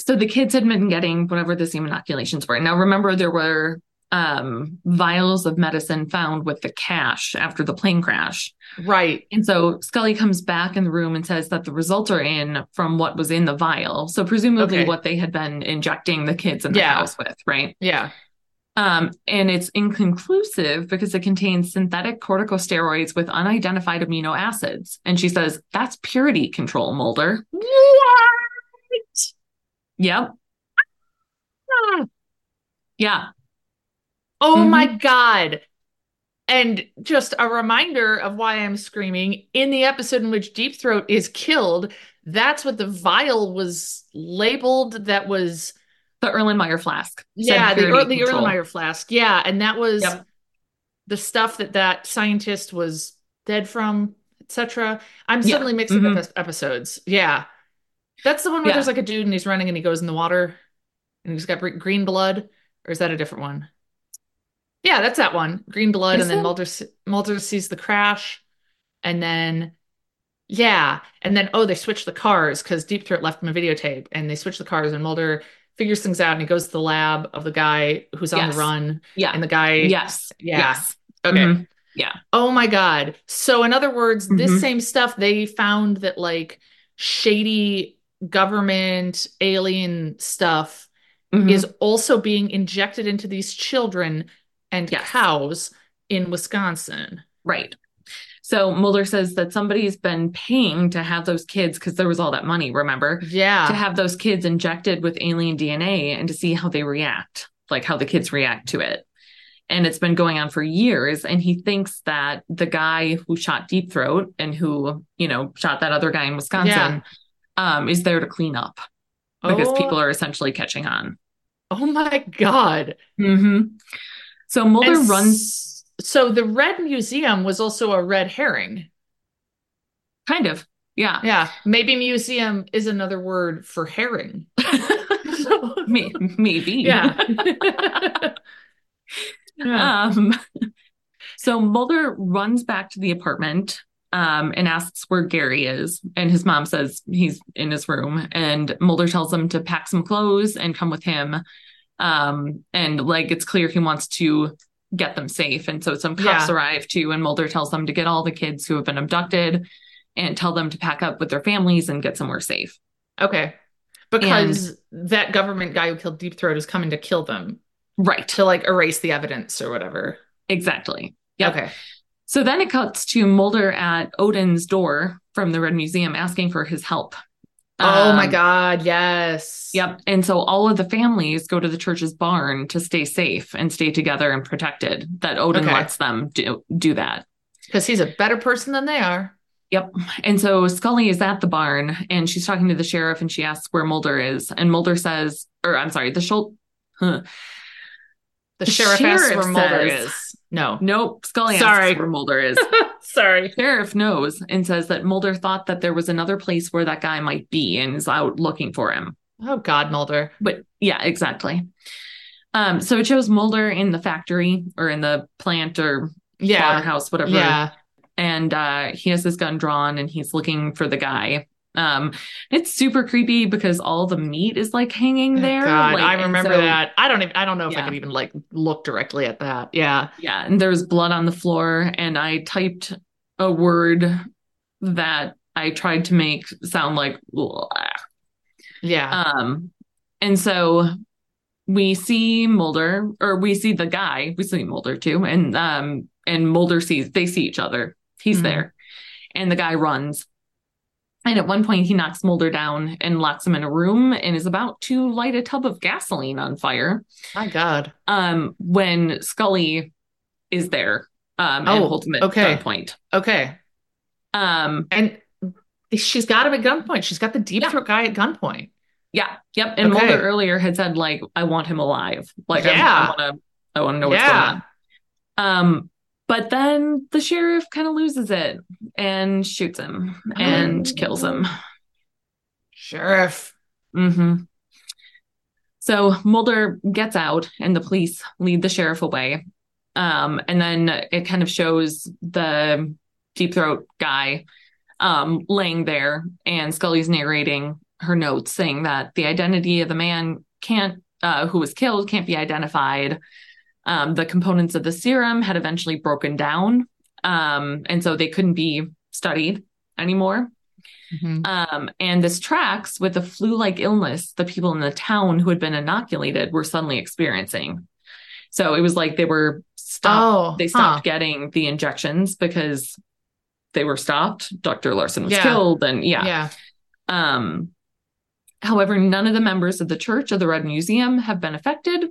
so the kids had been getting whatever the same inoculations were now remember there were um vials of medicine found with the cash after the plane crash right and so scully comes back in the room and says that the results are in from what was in the vial so presumably Okay. what they had been injecting the kids in the Yeah. house with right yeah Um, and it's inconclusive because it contains synthetic corticosteroids with unidentified amino acids. And she says, that's purity control, Mulder. Yep. Ah. Yeah. oh Mhm. my god and just a reminder of why i'm screaming in the episode in which deep throat is killed that's what the vial was labeled that was The Erlenmeyer flask. said yeah the, purity Ur- the control. erlenmeyer flask yeah and that was Yep. the stuff that that scientist was dead from, etc. I'm Yeah. suddenly mixing Mhm. up ep- episodes. Yeah, that's the one where Yeah. there's like a dude and he's running and he goes in the water and he's got br- green blood, or is that a different one? Yeah, that's that one. Green blood, Is and then it? Mulder s- Mulder sees the crash, and then yeah, and then oh, they switch the cars because Deep Throat left him a videotape, and they switch the cars, and Mulder figures things out, and he goes to the lab of the guy who's on Yes. the run, Yeah. and the guy yes. yeah. Yes. okay. Mhm. Oh my God. So, in other words, this Mhm. same stuff they found that like shady government alien stuff Mhm. is also being injected into these children and Yes. cows in Wisconsin. Right. So Mulder says that somebody's been paying to have those kids because there was all that money, remember? to Yeah. have those kids injected with alien DNA and to see how they react, like how the kids react to it. And it's been going on for years. And he thinks that the guy who shot Deep Throat and who, you know, shot that other guy in Wisconsin Yeah. um, is there to clean up because oh, people are essentially catching on. Oh my God. hmm So Mulder Mm-hmm. And runs. s- So the Red Museum was also a red herring. Kind of. Yeah. Yeah. Maybe museum is another word for herring. May- Maybe. yeah. Yeah. Um, so Mulder runs back to the apartment um, and asks where Gary is. And his mom says he's in his room. And Mulder tells him to pack some clothes and come with him. Um, and like it's clear he wants to get them safe. And so some cops Yeah. arrive too. And Mulder tells them to get all the kids who have been abducted and tell them to pack up with their families and get somewhere safe. Okay. Because that government guy who killed Deep Throat is coming to kill them Right. to like erase the evidence or whatever. Exactly. Yep. Okay. So then it cuts to Mulder at Odin's door from the Red Museum asking for his help. Oh my Um, God. Yes. Yep. And so all of the families go to the church's barn to stay safe and stay together and protected. That Odin Okay. lets them do, do that. Because he's a better person than they are. And so Scully is at the barn and she's talking to the sheriff and she asks where Mulder is. And Mulder says, or I'm sorry, the Schultz. The, The sheriff, asks sheriff where Mulder says- is. No. Nope. Scully Sorry. asks where Mulder is. Sorry. sheriff knows and says that Mulder thought that there was another place where that guy might be and is out looking for him. Oh God, Mulder. But yeah, exactly. Um, so it shows Mulder in the factory or in the plant or Yeah. slaughterhouse, whatever. Yeah. And uh, he has his gun drawn and he's looking for the guy. Um, it's super creepy because all the meat is like hanging Oh, there. God, Like, I and remember so- that. I don't even I don't know if I Yeah. could even like look directly at that. Yeah. Yeah, and there was blood on the floor, and I typed a word that I tried to make sound like "Ugh." Yeah. Um, and so we see Mulder, or we see the guy. We see Mulder too, and um, and Mulder sees they see each other. He's Mhm. there, and the guy runs. And at one point, he knocks Mulder down and locks him in a room, and is about to light a tub of gasoline on fire. my God. Um, when Scully is there, um, and Oh, holds him at okay. gunpoint. Okay. Um, And she's got him at gunpoint. She's got the deep Yeah. throat guy at gunpoint. yeah, yep. And Okay. Mulder earlier had said like, "I want him alive. Like, I- Yeah. I want to, I want to know what's Yeah. going on." Um, but then the sheriff kind of loses it and shoots him and Oh. kills him. Sheriff. hmm So Mulder gets out and the police lead the sheriff away. Um, and then it kind of shows the deep throat guy um, laying there, and Scully's narrating her notes saying that the identity of the man can't, uh, who was killed, can't be identified. Um, the components of the serum had eventually broken down, um, and so they couldn't be studied anymore. Mhm. Um, and this tracks with the flu like illness the people in the town who had been inoculated were suddenly experiencing. So it was like they were stopped, Oh, they stopped getting the injections because they were stopped. Dr. Larson was Yeah. killed, and huh. yeah. Yeah. Um, however, none of the members of the Church of the Red Museum have been affected,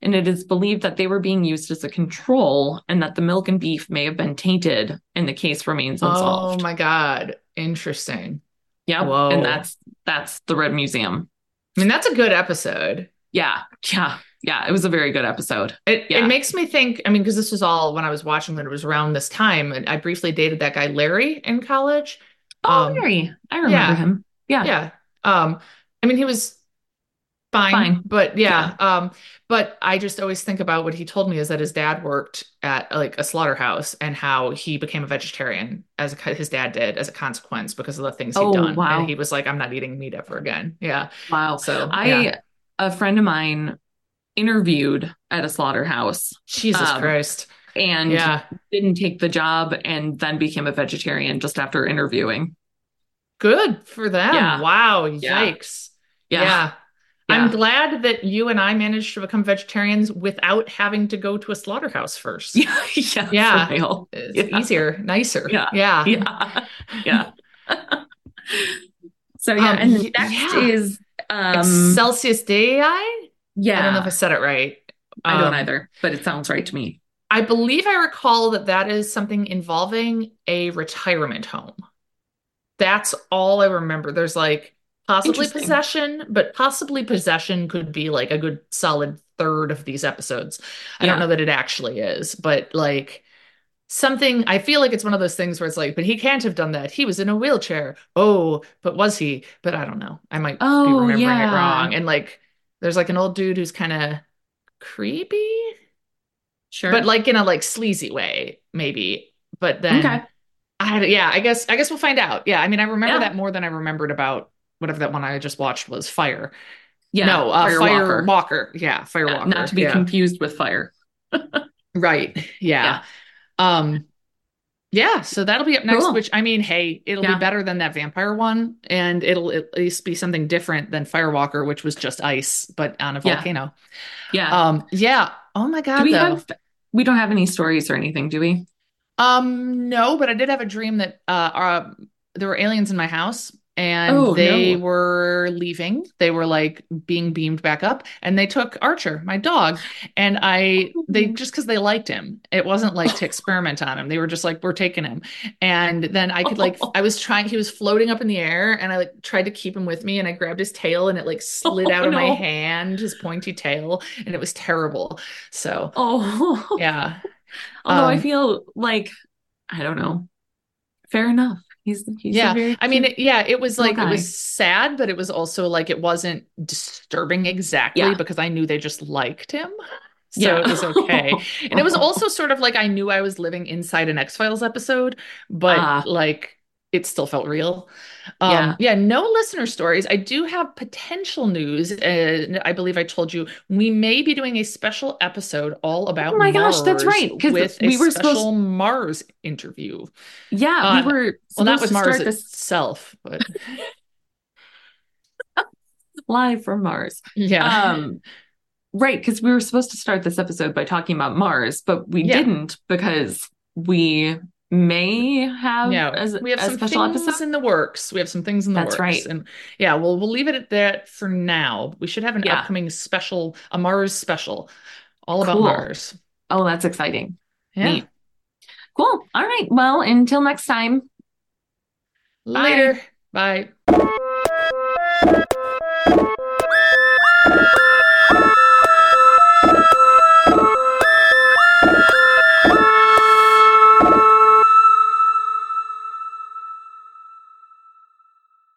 and it is believed that they were being used as a control and that the milk and beef may have been tainted, and the case remains Oh unsolved. my God. Interesting. yeah, Whoa. and that's that's the Red Museum. I mean, that's a good episode. Yeah, yeah, yeah. It was a very good episode. It Yeah. it makes me think, I mean, because this was all when I was watching that it was around this time. And I briefly dated that guy Larry in college. Oh, Um, Mary, I remember yeah. him. Yeah. yeah um i mean he was fine, Fine. but yeah, um but i just always think about what he told me is that his dad worked at like a slaughterhouse and how he became a vegetarian as a, co- his dad did as a consequence because of the things he'd Oh, done wow. and he was like i'm not eating meat ever again yeah Wow. so I yeah. a friend of mine interviewed at a slaughterhouse jesus um, christ and yeah didn't take the job and then became a vegetarian just after interviewing. good for them Yeah. wow Yeah. yikes Yeah. I'm Yeah. glad that you and I managed to become vegetarians without having to go to a slaughterhouse first. Yeah. Yeah. for Yeah. real. it's Yeah. easier, nicer. Yeah. Yeah. Yeah. Yeah. so yeah, Um, and y- the next yeah. is um Excelsius Dei. I yeah. don't know if I said it right. I don't Um, either, but it sounds right to me. I believe I recall that that is something involving a retirement home. That's all I remember. There's like possibly Interesting. possession, but possibly possession could be like a good solid third of these episodes. I don't Yeah. know that it actually is, but like something I feel like it's one of those things where it's like, but he can't have done that. He was in a wheelchair. Oh, but was he? But I don't know. I might be Oh, remembering yeah. it wrong. And like there's like an old dude who's kind of creepy, Sure. but like in a like sleazy way, maybe. But then okay. I yeah, I guess I guess we'll find out. Yeah. I mean, I remember Yeah. that more than I remembered about whatever that one I just watched was Fire. Yeah. no, uh, Fire, Walker. Firewalker. Yeah, Fire Yeah, Walker. Not to be Yeah. confused with fire. Right. Yeah. Um yeah, so that'll be up next, Cool. which I mean, hey, it'll Yeah. be better than that vampire one, and it'll at least be something different than Firewalker, which was just ice, but on a Yeah. volcano. Yeah. Um, yeah. Oh my God, do we though. have? We don't have any stories or anything, do we? Um, no, but I did have a dream that uh, uh there were aliens in my house and Oh, they no. were leaving. They were like being beamed back up and they took Archer, my dog, and I they Oh. just because they liked him. It wasn't like to experiment on him. They were just like, we're taking him. And then I could like I was trying, he was floating up in the air and I like tried to keep him with me and I grabbed his tail and it like slid Oh, out of my no. hand, his pointy tail, and it was terrible. So Oh, yeah. Although I um, feel like I don't know. Fair enough. He's, he's a Yeah, very I mean, cute- it- yeah, it was little like it guy. was sad, but it was also like it wasn't disturbing exactly Yeah. because I knew they just liked him. So Yeah. it was okay. and it was also sort of like I knew I was living inside an X-Files episode, but Ah. like it still felt real. Yeah. Um, yeah, no listener stories. I do have potential news. And I believe I told you we may be doing a special episode all about Oh my gosh, that's Mars right, 'cause with we a were supposed- special Mars interview. yeah, uh, we were Well, that supposed was to Mars start this itself, but live from Mars. yeah. Um, right, because we were supposed to start this episode by talking about Mars, but we Yeah. didn't because we may have No, as Uh, we have a some special things episode. in the works. We have some things in the That's works, right. and yeah, well, we'll leave it at that for now. We should have an Yeah. upcoming special, a Mars special, all about Cool. Mars. Oh, that's exciting. Yeah, Neat. Cool. All right. Well, until next time. later. Bye.